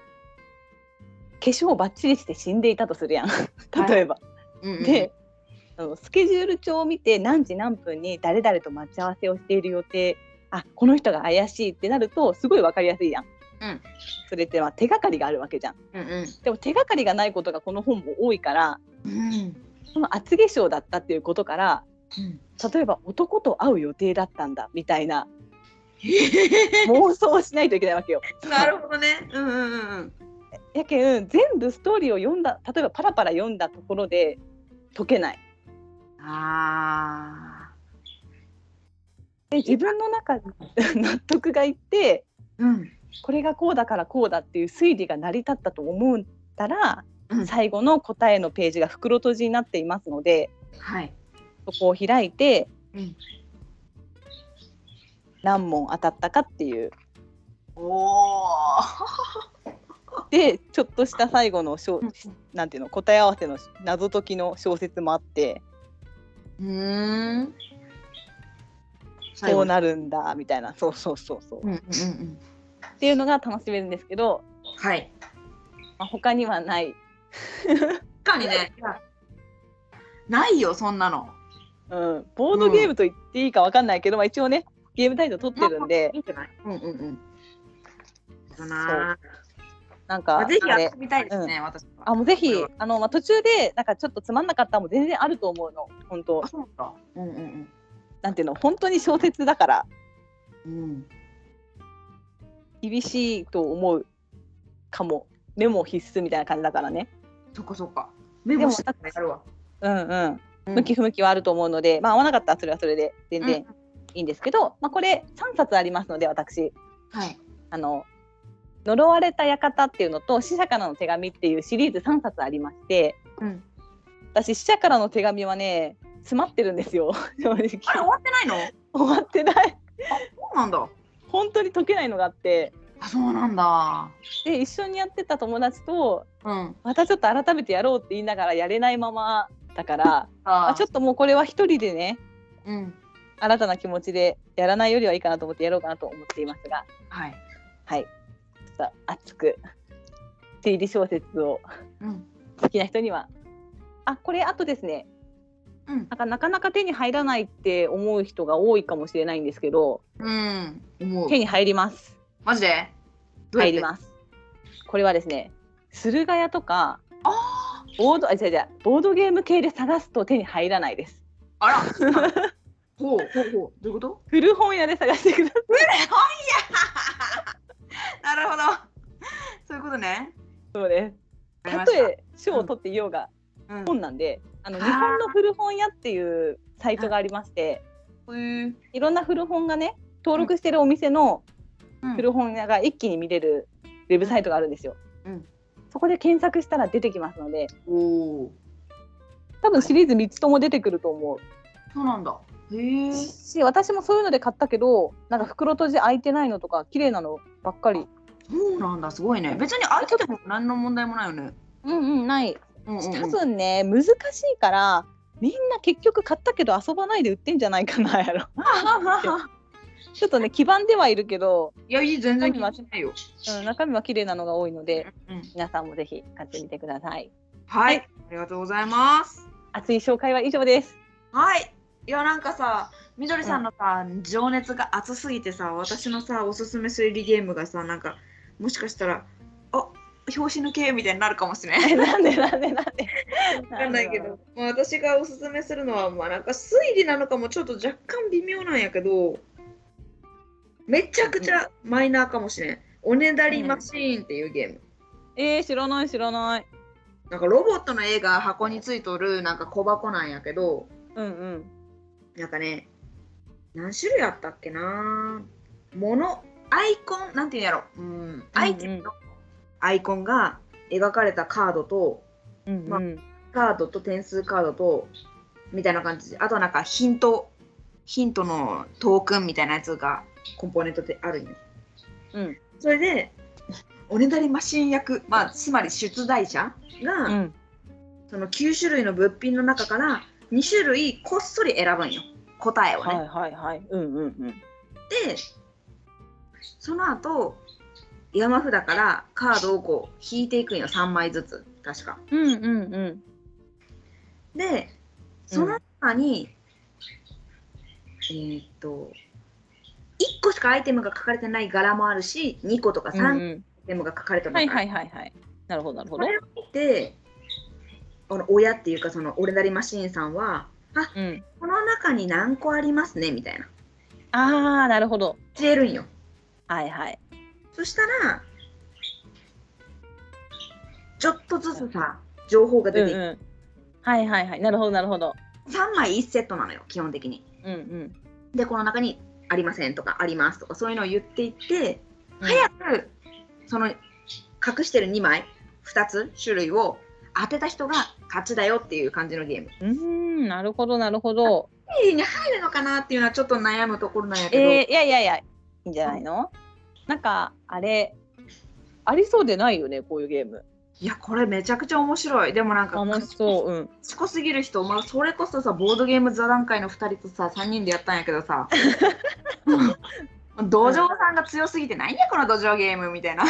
B: 化粧をばっちりして死んでいたとするやん例えば。
A: うん
B: で、あのスケジュール帳を見て何時何分に誰々と待ち合わせをしている予定あこの人が怪しいってなるとすごい分かりやすいやん。
A: うん
B: それってまあ手がかりがあるわけじゃん。
A: うんうん。
B: でも手がかりがないことがこの本も多いから
A: うん。
B: その厚化粧だったっていうことから
A: うん。
B: 例えば男と会う予定だったんだみたいな
A: [laughs] え
B: 妄想をしないといけないわけよ。
A: え。なるほどね。うんうんうん
B: やけん全部ストーリーを読んだ例えばパラパラ読んだところで解けない。
A: うん。ああ。
B: で自分の中で納得がいって
A: うん。
B: これがこうだからこうだっていう推理が成り立ったと思うんだら、
A: うん
B: 最後の答えのページが袋閉じになっていますので
A: はい。
B: そこを開いて
A: うん。
B: 何問当たったかっていう
A: おー
B: でちょっとした最後の小
A: うん
B: なんていうの答え合わせの謎解きの小説もあって
A: うーん。最
B: こ
A: 後
B: うなるんだみたいなそうそうそうそう、
A: うん
B: っ
A: うんうん。
B: ていうのが楽しめるんですけど、
A: はい。
B: まあ、他にはない、
A: 確かにね。ないよ、そんなの。
B: うん、ボードゲームと言っていいかわかんないけど、まあ、一応ねゲームタイトル取ってるんで
A: いいんじゃないうんうんうん。だな
B: なん
A: あ
B: か
A: ぜひや
B: ね
A: ってみたいですね、私は。
B: あもうぜひ
A: これは
B: あの、まあ、途中でなんかちょっとつまんなかったのも全然あると思うの本当
A: あ、そうか。うんうん
B: なんていうの本当に小説だから
A: うん。うん。
B: 厳しいと思うかもメモ必須みたいな感じだからね
A: そっかそっか。メモしたくなるわ。
B: うんうん
A: うん
B: 向き不向きはあると思うので、まあ合わなかったらそれはそれで全然いいんですけど、まあこれ3冊ありますので私
A: はい。
B: あの呪われた館っていうのと死者からの手紙っていうシリーズ3冊ありまして
A: うん。
B: 私死者からの手紙はね詰まってるんですよ [laughs] 正直
A: あれ終わってないの
B: 終わってない
A: そうなんだ。
B: 本当に解けないのがあって
A: あ、そうなんだ。
B: で一緒にやってた友達と
A: うん。
B: またちょっと改めてやろうって言いながらやれないままだから
A: あ
B: あちょっ
A: と。
B: ともうこれは一人でね
A: うん。
B: 新たな気持ちでやらないよりはいいかなと思ってやろうかなと思っていますが、
A: はい。
B: はい、ちょっと熱く推理小説を
A: うん。
B: 好きな人にはあこれあとですね
A: うん。
B: なんかなかなか手に入らないって思う人が多いかもしれないんですけど
A: うん。思う
B: 手。に入ります
A: マジでどうや
B: 入
A: って
B: りますこれはですね駿河屋とか
A: あ
B: ボードあ違う違うボードゲーム系で探すと手に入らないです
A: ああら
B: [laughs]
A: ほうほうほうどういうこと
B: 古本屋で探してください
A: なるほどそういうことね
B: そうですた
A: わかりまし
B: と
A: た
B: え賞を取っていようが
A: うん
B: 本なんで、あの
A: あー
B: 日本の古本屋っていうサイトがありまして、
A: うん
B: いろんな古本がね登録してるお店の
A: うん
B: 古本屋が一気に見れるウェブサイトがあるんですよ。
A: うん
B: そこで検索したら出てきますので、
A: おお
B: 多分シリーズ3つとも出てくると思
A: そうなんだへえ
B: うし、私もそういうので買ったけど、なんか袋閉じ開いてないのとか綺麗なのばっかり。
A: そうなんだすごいね別に開いてても何の問題もないよね
B: うんうんない。
A: うんうん
B: 多
A: うん
B: 分ね難しいから。みんな結局買ったけど遊ばないで売ってんじゃないかなやろ [laughs] ちょっとね基盤ではいるけど、
A: いやいい全然気にしないよ
B: うん、中身は綺麗なのが多いので
A: うん
B: 皆さんもぜひ買ってみてください
A: はいありがとうございます
B: 熱い紹介は以上です
A: はいいやなんかさみどりさんのさ情熱が熱すぎてさ私のさおすすめ推理ゲームがさなんかもしかしたらあ表紙抜けみたいになるかも [laughs] しれない
B: え [laughs] なんでなんでなんで。
A: わかんないけど、まあ、私がおすすめするのは、まあ、なんか推理なのかもちょっと若干微妙なんやけどめちゃくちゃマイナーかもしれん。おねだりマシーンっていうゲーム。
B: えー、知らない知らない。
A: なんかロボットの絵が箱についとるなんか小箱なんやけど
B: うんうん。
A: なんかね何種類あったっけなものアイコンなんていうんやろうんアイテムのアイコンが描かれたカードと
B: うんうん。
A: まあカードと点数カードとみたいな感じであとはなんかヒントヒントのトークンみたいなやつがコンポーネントであるんよ
B: うん
A: それでおねだりマシン役、まあ、つまり出題者が、
B: うん
A: その9種類の物品の中から2種類こっそり選ぶんよ答えをね、
B: はいはいはい。うんうんうん。
A: でその後山札からカードをこう引いていくんよ3枚ずつ確か
B: うんうんうん。
A: でその中に、えーっと1個しかアイテムが書かれてない柄もあるし2個とか
B: うん
A: 3アイテムが書かれて
B: うん。
A: な
B: はいい
A: 柄、
B: はいはいはい。なるほどなるほ
A: そ
B: ど。
A: れを見てこの親っていうかその俺なりマシーンさんは
B: うん。
A: この中に何個ありますねみたいな
B: ああなるほど。
A: 教えるんよ
B: はいはい。
A: そしたらちょっとずつさ情報が
B: うん
A: 出ていく、
B: うん。はいはいはい。なるほどなるほど。
A: 3枚1セットなのよ基本的に
B: うんうん。
A: でこの中にありませんとかありますとかそういうのを言っていって
B: うん
A: 早くその隠してる2枚2つ種類を当てた人が勝ちだよっていう感じのゲーム。
B: うーんなるほどなるほど。
A: 推理に入るのかなっていうのはちょっと悩むところなんやけど、
B: えー、いやいやいやいいんじゃないの？なんかあれありそうでないよねこういうゲーム
A: いやこれめちゃくちゃ面白いでもなんか
B: 楽しそううん
A: 賢すぎる人、まあ、それこそさボードゲーム座談会の2人とさ3人でやったんやけ
B: [laughs]
A: どさ土壌さんが強すぎてなんやこの土壌ゲーム
B: [laughs]
A: みたいな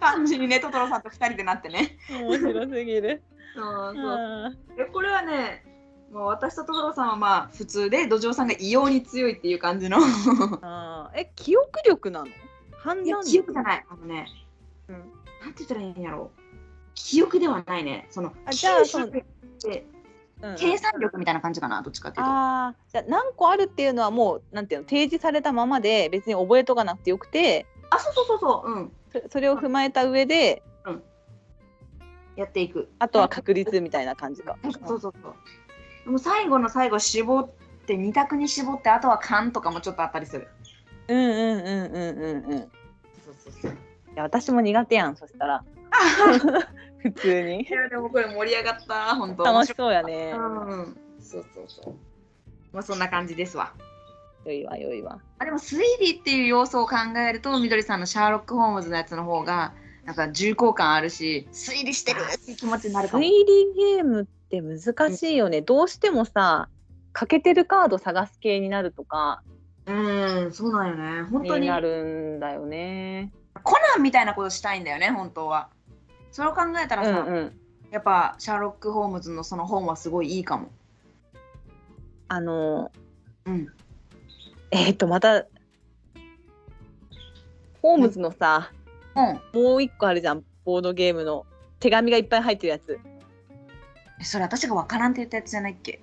A: 感じにねトトロさんと2人でなってね
B: 面白すぎる
A: そうそう
B: あ
A: でこれはねもう私とトトロさんはまあ普通で土壌さんが異様に強いっていう感じの
B: ーあーえ記憶力なの判
A: いや
B: 断
A: 記憶じゃないあのね、
B: うん
A: なんて言ったらいいんやろう記憶ではないねその
B: あじゃあ
A: 記憶って
B: うん
A: 計算力みたいな感じかなどっちかっていうと。
B: あーじゃあ何個あるっていうのはもうなんていうの提示されたままで別に覚えとかなくてよくて
A: あそうそうそうそううん
B: そそれを踏まえた上で
A: やっていく。
B: あとは確率みたいな感じか。
A: そうそうそう。でも最後の最後絞って二択に絞ってあとは勘とかもちょっとあったりする。
B: うんうんうんうんうんうん。い
A: そうそうそう。
B: や私も苦手やんそした
A: [laughs]
B: ら普通に
A: いやでもこれ盛り上がった本当。
B: 楽しそうやね。
A: うん。そうそうそう。まあそんな感じですわ。
B: 良いわ良いわ。
A: あでも推理っていう要素を考えるとみどりさんのシャーロック・ホームズのやつの方がなんか重厚感あるし推理してるっていう気持ちになるか
B: 推
A: も。
B: 理ゲームって難しいよね。どうしてもさ欠けてるカード探す系になるとか
A: うんそうなんよね本当
B: に
A: に。
B: なるんだよね。
A: コナンみたいなことしたいんだよね本当は。それを考えた
B: う
A: ら
B: ん
A: さ、
B: うん。
A: やっぱシャーロック・ホームズのその本はすごいいいかも。
B: あの、
A: うん
B: えーっとまたホームズのさ、
A: うん。
B: もう一個あるじゃんボードゲームの手紙がいっぱい入ってるやつ
A: えそれ私がわからんって言ったやつじゃないっけ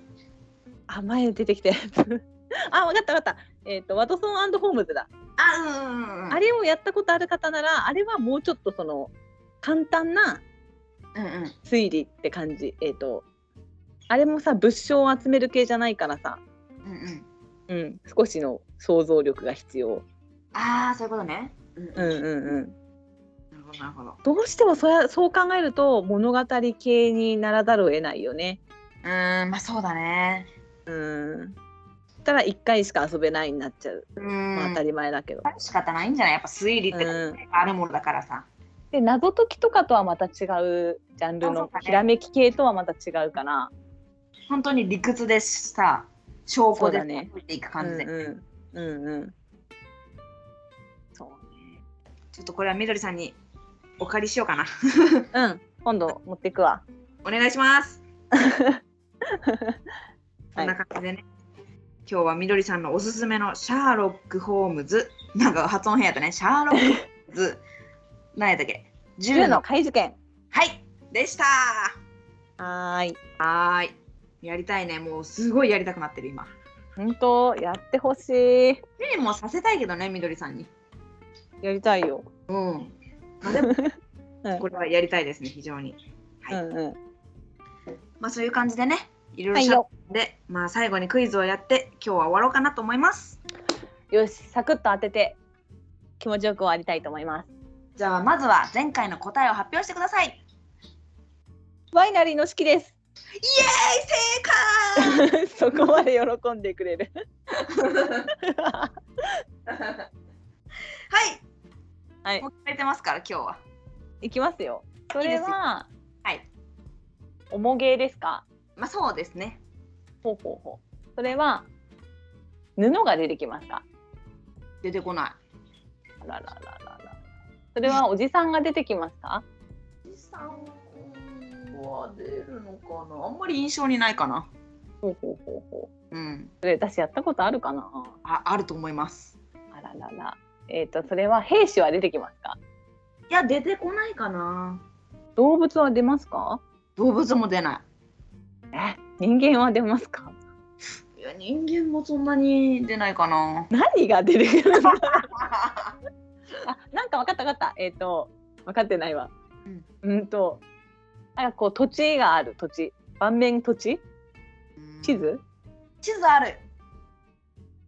B: あ前に出てきたやつ [laughs] あ分かった分かったえーっとワトソンホームズだ、
A: あうんうんうん。
B: あれをやったことある方ならあれはもうちょっとその簡単な
A: うんうん。
B: 推理って感じえーっとあれもさ物証を集める系じゃないからさ、
A: うんうん。
B: うん、少しの想像力が必要
A: ああ、そういうことね。うんうん。
B: うん
A: な
B: うんうん
A: るほど、なるほど。
B: どうしてもそやそう考えると物語系にならざるを得ないよね。
A: うーん、まあそうだね。
B: うん。たら一回しか遊べないになっちゃう。
A: うー
B: まあ、
A: ん。
B: 当たり前だけど。
A: 仕方ないんじゃないやっぱ推理って
B: うん
A: あるものだからさ。
B: で謎解きとかとはまた違うジャンル
A: あそう
B: の
A: かね
B: ひらめき系とはまた違うから。
A: 本当に理屈でさ、証拠
B: そう
A: で
B: だね
A: 解いていく
B: うん
A: 感じで。
B: うんうんうん。そうね。
A: ちょっとこれはみどりさんにお借りしようかな。
B: うん。今度持ってくわ。
A: お願いします。
B: は
A: こん
B: い
A: な感じでね。今日はみどりさんのおすすめのシャーロック・ホームズ。なんか発音変やったね。シャーロック・ホームズ。 [laughs] 何やったっけ
B: 銃
A: ?10
B: の
A: の。
B: 怪事件。
A: はい。でした。
B: はーい。
A: はーい。やりたいね。もうすごいやりたくなってる今。
B: 本当やってほしい。
A: プレイもさせたいけどね、みどりさんに。
B: やりたいよ。
A: うん。まあ、
B: [laughs]
A: でも
B: うん
A: これはやりたいですね、非常に。
B: う
A: はい。
B: んうん。
A: まあそういう感じでね、いろ
B: はいい
A: ろ
B: よ。
A: で、まあ最後にクイズをやって、今日は終わろうかなと思います。
B: よし、サクッと当てて気持ちよく終わりたいと思います。
A: じゃあまずは前回の答えを発表してください。イエ
B: ワイナリーの式です。 [laughs]
A: ーイ
B: そこまで喜んでくれる。 [laughs]
A: 正解はい、
B: はい
A: もう、決めてますから今日は。
B: いきますよ。それは、
A: はい。
B: おもげですか。
A: まあそうですね。
B: ほうほうほう。それは。布が出てきますか。
A: 出てこな
B: あららららら。それはおじさんが出てきますか。
A: い。富士山は出るのかなあんまり印象にないかな。
B: ほうほうほうほう。
A: うん。
B: それ私やったことあるかな。
A: ああると思います。
B: あららら。えっ、と、それは兵士は出てきますか。
A: いや出てこないかな。
B: 動物は出ますか。
A: 動物も出な
B: え、人間は出ますか。。
A: い。いや人間もそんなに出ないか [laughs] な
B: 何が出てくるの。あなんか分かった分かったえっ、と分かってないわ
A: うん
B: うんとなんかこう土地がある土地盤面土地地図、
A: 地図ある。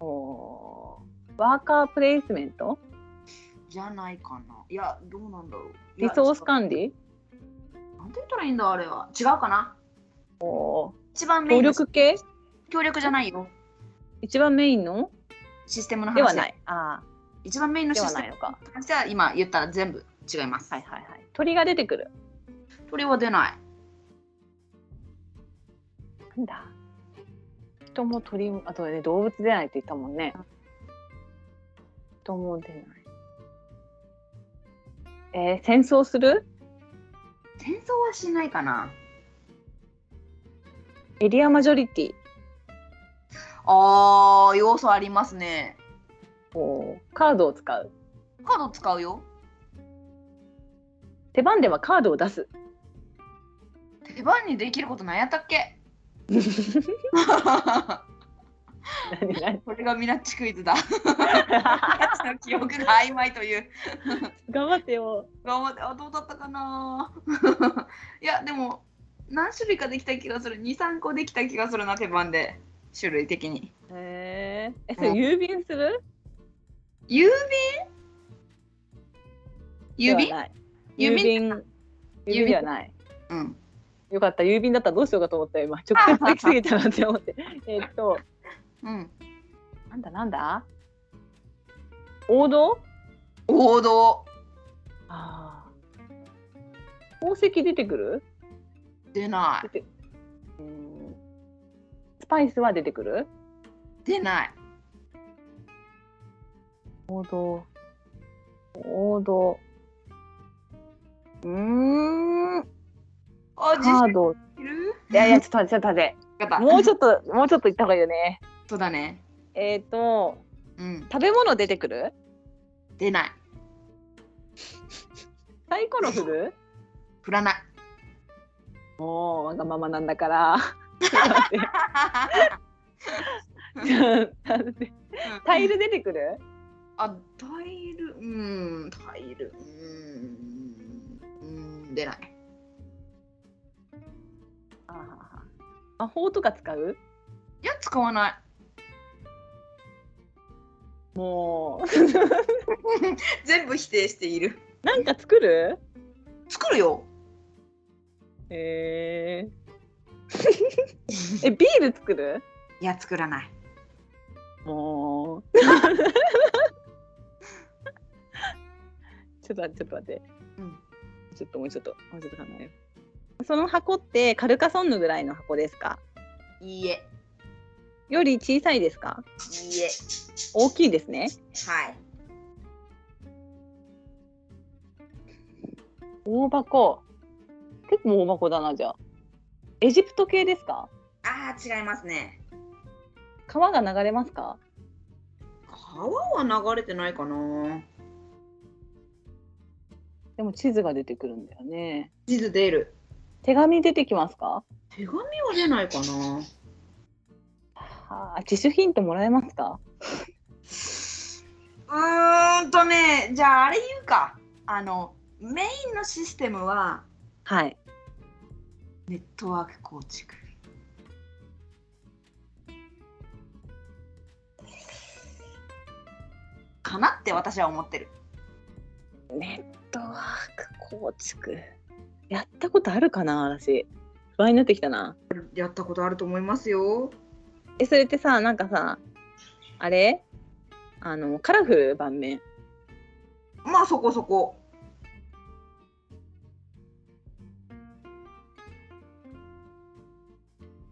B: おーワーカープレイスメント
A: じゃないかな。いやどうなんだろう。い
B: リ
A: や
B: ソース管理
A: なんて言ったらいいんだあれは。違うかな
B: お
A: 一番
B: ー
A: メイ
B: 協
A: ンの
B: 力系
A: 協力じゃないよ。
B: 一番メインの
A: システムの話
B: ではないあ
A: 一番メインの
B: で
A: シ
B: は
A: ス
B: な
A: テ
B: い
A: ム
B: のか。
A: に関しては今言ったら全部違います。
B: はいはいはい。鳥が出てくる。
A: 鳥は出ない。
B: なんだ。人も鳥も、あとね、動物出ないって言ったもんね。人も出ない。えー、戦争する
A: 転送はしないかな。
B: エリアマジョリティ。
A: あー、要素ありますね。
B: おーカードを使う。
A: カード使うよ。
B: 手番ではカードを出す。
A: 手番にできることなんやったっけ
B: 何何
A: これがミラッチクイズだ。私の記憶が曖昧という。
B: [laughs] 頑張ってよ。
A: 頑張って、あ、どうだったかな [laughs] いや、でも、何種類かできた気がする。2、3個できた気がするな、手番で。種類的に。
B: えー、え、それ郵便する
A: 郵便
B: で
A: 郵便
B: はない
A: 郵
B: 郵
A: 便
B: 便郵便ではない。
A: うん。
B: よかった、郵便だったらどうしようかと思った [laughs] よ、今。直接できすぎたなって思って。 [laughs] えーっと、
A: うん。
B: なんだなんだ王道
A: 王道。
B: ああ。宝石出てくる
A: 出ない。
B: スパイスは出てくる
A: 出ない。
B: 王道。王道。うーん。
A: あ、自
B: カ
A: 信
B: ード。
A: いる
B: いやいや、ちょっと待って、ちょっと待って。
A: 方。
B: もうちょっと、もうちょっと言った方がいいよね。
A: そうだね。
B: えっ、と、
A: うん。
B: 食べ物出てくる
A: 出ない。
B: サイコロ振る
A: 振ら [laughs] ない。
B: もう、わがままなんだから。ちょっと待って [laughs] タイル出てくる
A: あ、タイル。うん、タイル。うん。うん、出ない。
B: あー魔法とか使う
A: いや、使わない。
B: も
A: 全部否定している。
B: う、なんか作る
A: 作るよ。
B: え [laughs] ー、え、ビール作る
A: いや、作らない。
B: もう。 [laughs] ちょっと待って、ちょっと待って。
A: うん。
B: ちょっともうちょっと、もうちょっと考えよう。その箱ってカルカソンヌぐらいの箱ですか
A: いいえ。
B: より小さいですか
A: いいえ。
B: 大きいですね。
A: はい。
B: 大箱。結構大箱だな、じゃあ。エジプト系ですか
A: ああ、違いますね。
B: 川が流れますか
A: 川は流れてないかな。
B: でも地図が出てくるんだよね。
A: 地図出る。
B: 手紙出てきますか
A: 手紙は出ないかな。
B: はあ、自主ヒントもらえますか
A: うーんとねじゃああれ言うかあのメインのシステムは
B: はい。
A: ネットワーク構築かなって私は思ってる
B: ネットワーク構築。やったことあるかな私。不安になってきたな。
A: やったことあると思いますよ
B: え、それってさ、なんかさ、あれあの、カラフル盤面。
A: まあそこそこ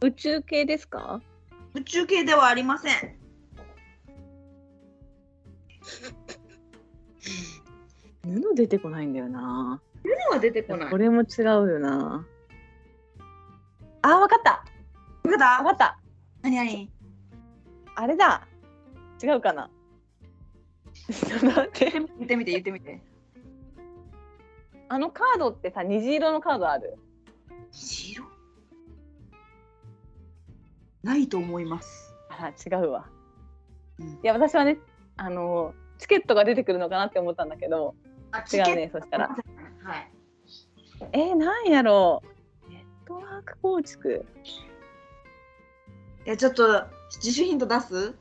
B: 宇宙系ですか
A: 宇宙系ではありません
B: 布出てこないんだよな。
A: では出てこない
B: これも違うよな。あ、わかった
A: ま
B: わか
A: だ
B: った
A: 何何
B: あれだ違うかな [laughs] ちょっと待って
A: 言ってみて言ってみて
B: あのカードってさ虹色のカードある
A: 虹色ないと思います
B: あら違うわ、
A: うん
B: いや私はねあのチケットが出てくるのかなって思ったんだけど
A: あ
B: 違
A: チケ
B: う
A: ッ
B: ねそしたら
A: トはい
B: えー、なんやろうネットワーク構築
A: いやちょっと自主ヒント出す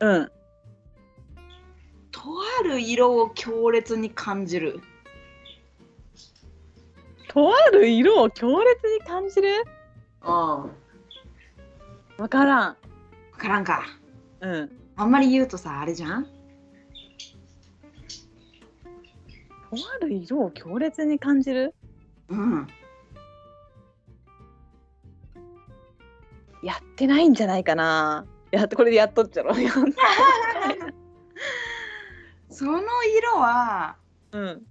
B: うん
A: とある色を強烈に感じる
B: とある色を強烈に感じる
A: うん分
B: わからん
A: からんか
B: うん
A: あんまり言うとさあれじゃん
B: とある色を強烈に感じる
A: うん。
B: やってないんじゃないかなやっとこれでやっとっちゃろ [laughs] やっと
A: その色は
B: うん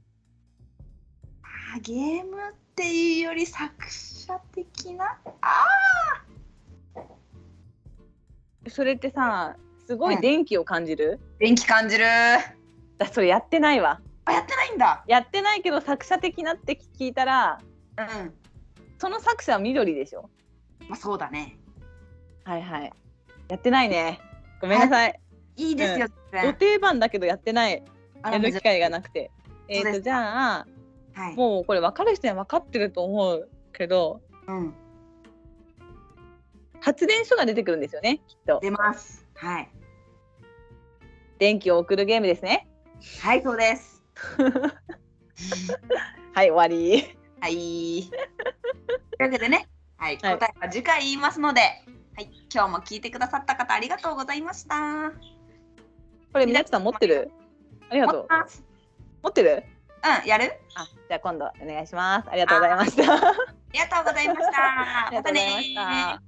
A: あゲームっていうより作者的な
B: それってさすご
A: う
B: い
A: ん
B: 電気を感じる、
A: 電気感じるあ
B: だそれやってないわ
A: やってないんだ
B: やってないけど作者的なって聞いたら
A: う
B: その作者は緑でしょ
A: んまあそうだね
B: はいはいやってないねごめんなさい
A: いいですよ、全
B: ど
A: 然
B: 定番だけどやってない
A: あ
B: や
A: ら
B: る機会がなくて
A: 珍
B: え
A: しい
B: っ、
A: そう
B: と
A: ですか
B: じゃあ
A: はい
B: もうこれ分かる人には分かってると思うけど
A: うん、
B: 発電所が出てくるんですよねきっと
A: 出ますはい
B: 電気を送るゲームですね
A: はいそうです
B: はい終わり
A: はいというわけでねはい、
B: はい
A: 答えは次回言いますのではい今日も聞いてくださった方ありがとうございました
B: これ皆さん持ってるありがと
A: 持っ
B: う
A: てます
B: 持ってる
A: うんやる
B: あじゃあ今度お願いしますありがとうございました
A: ありがとうございました
B: ありがとうございました
A: またね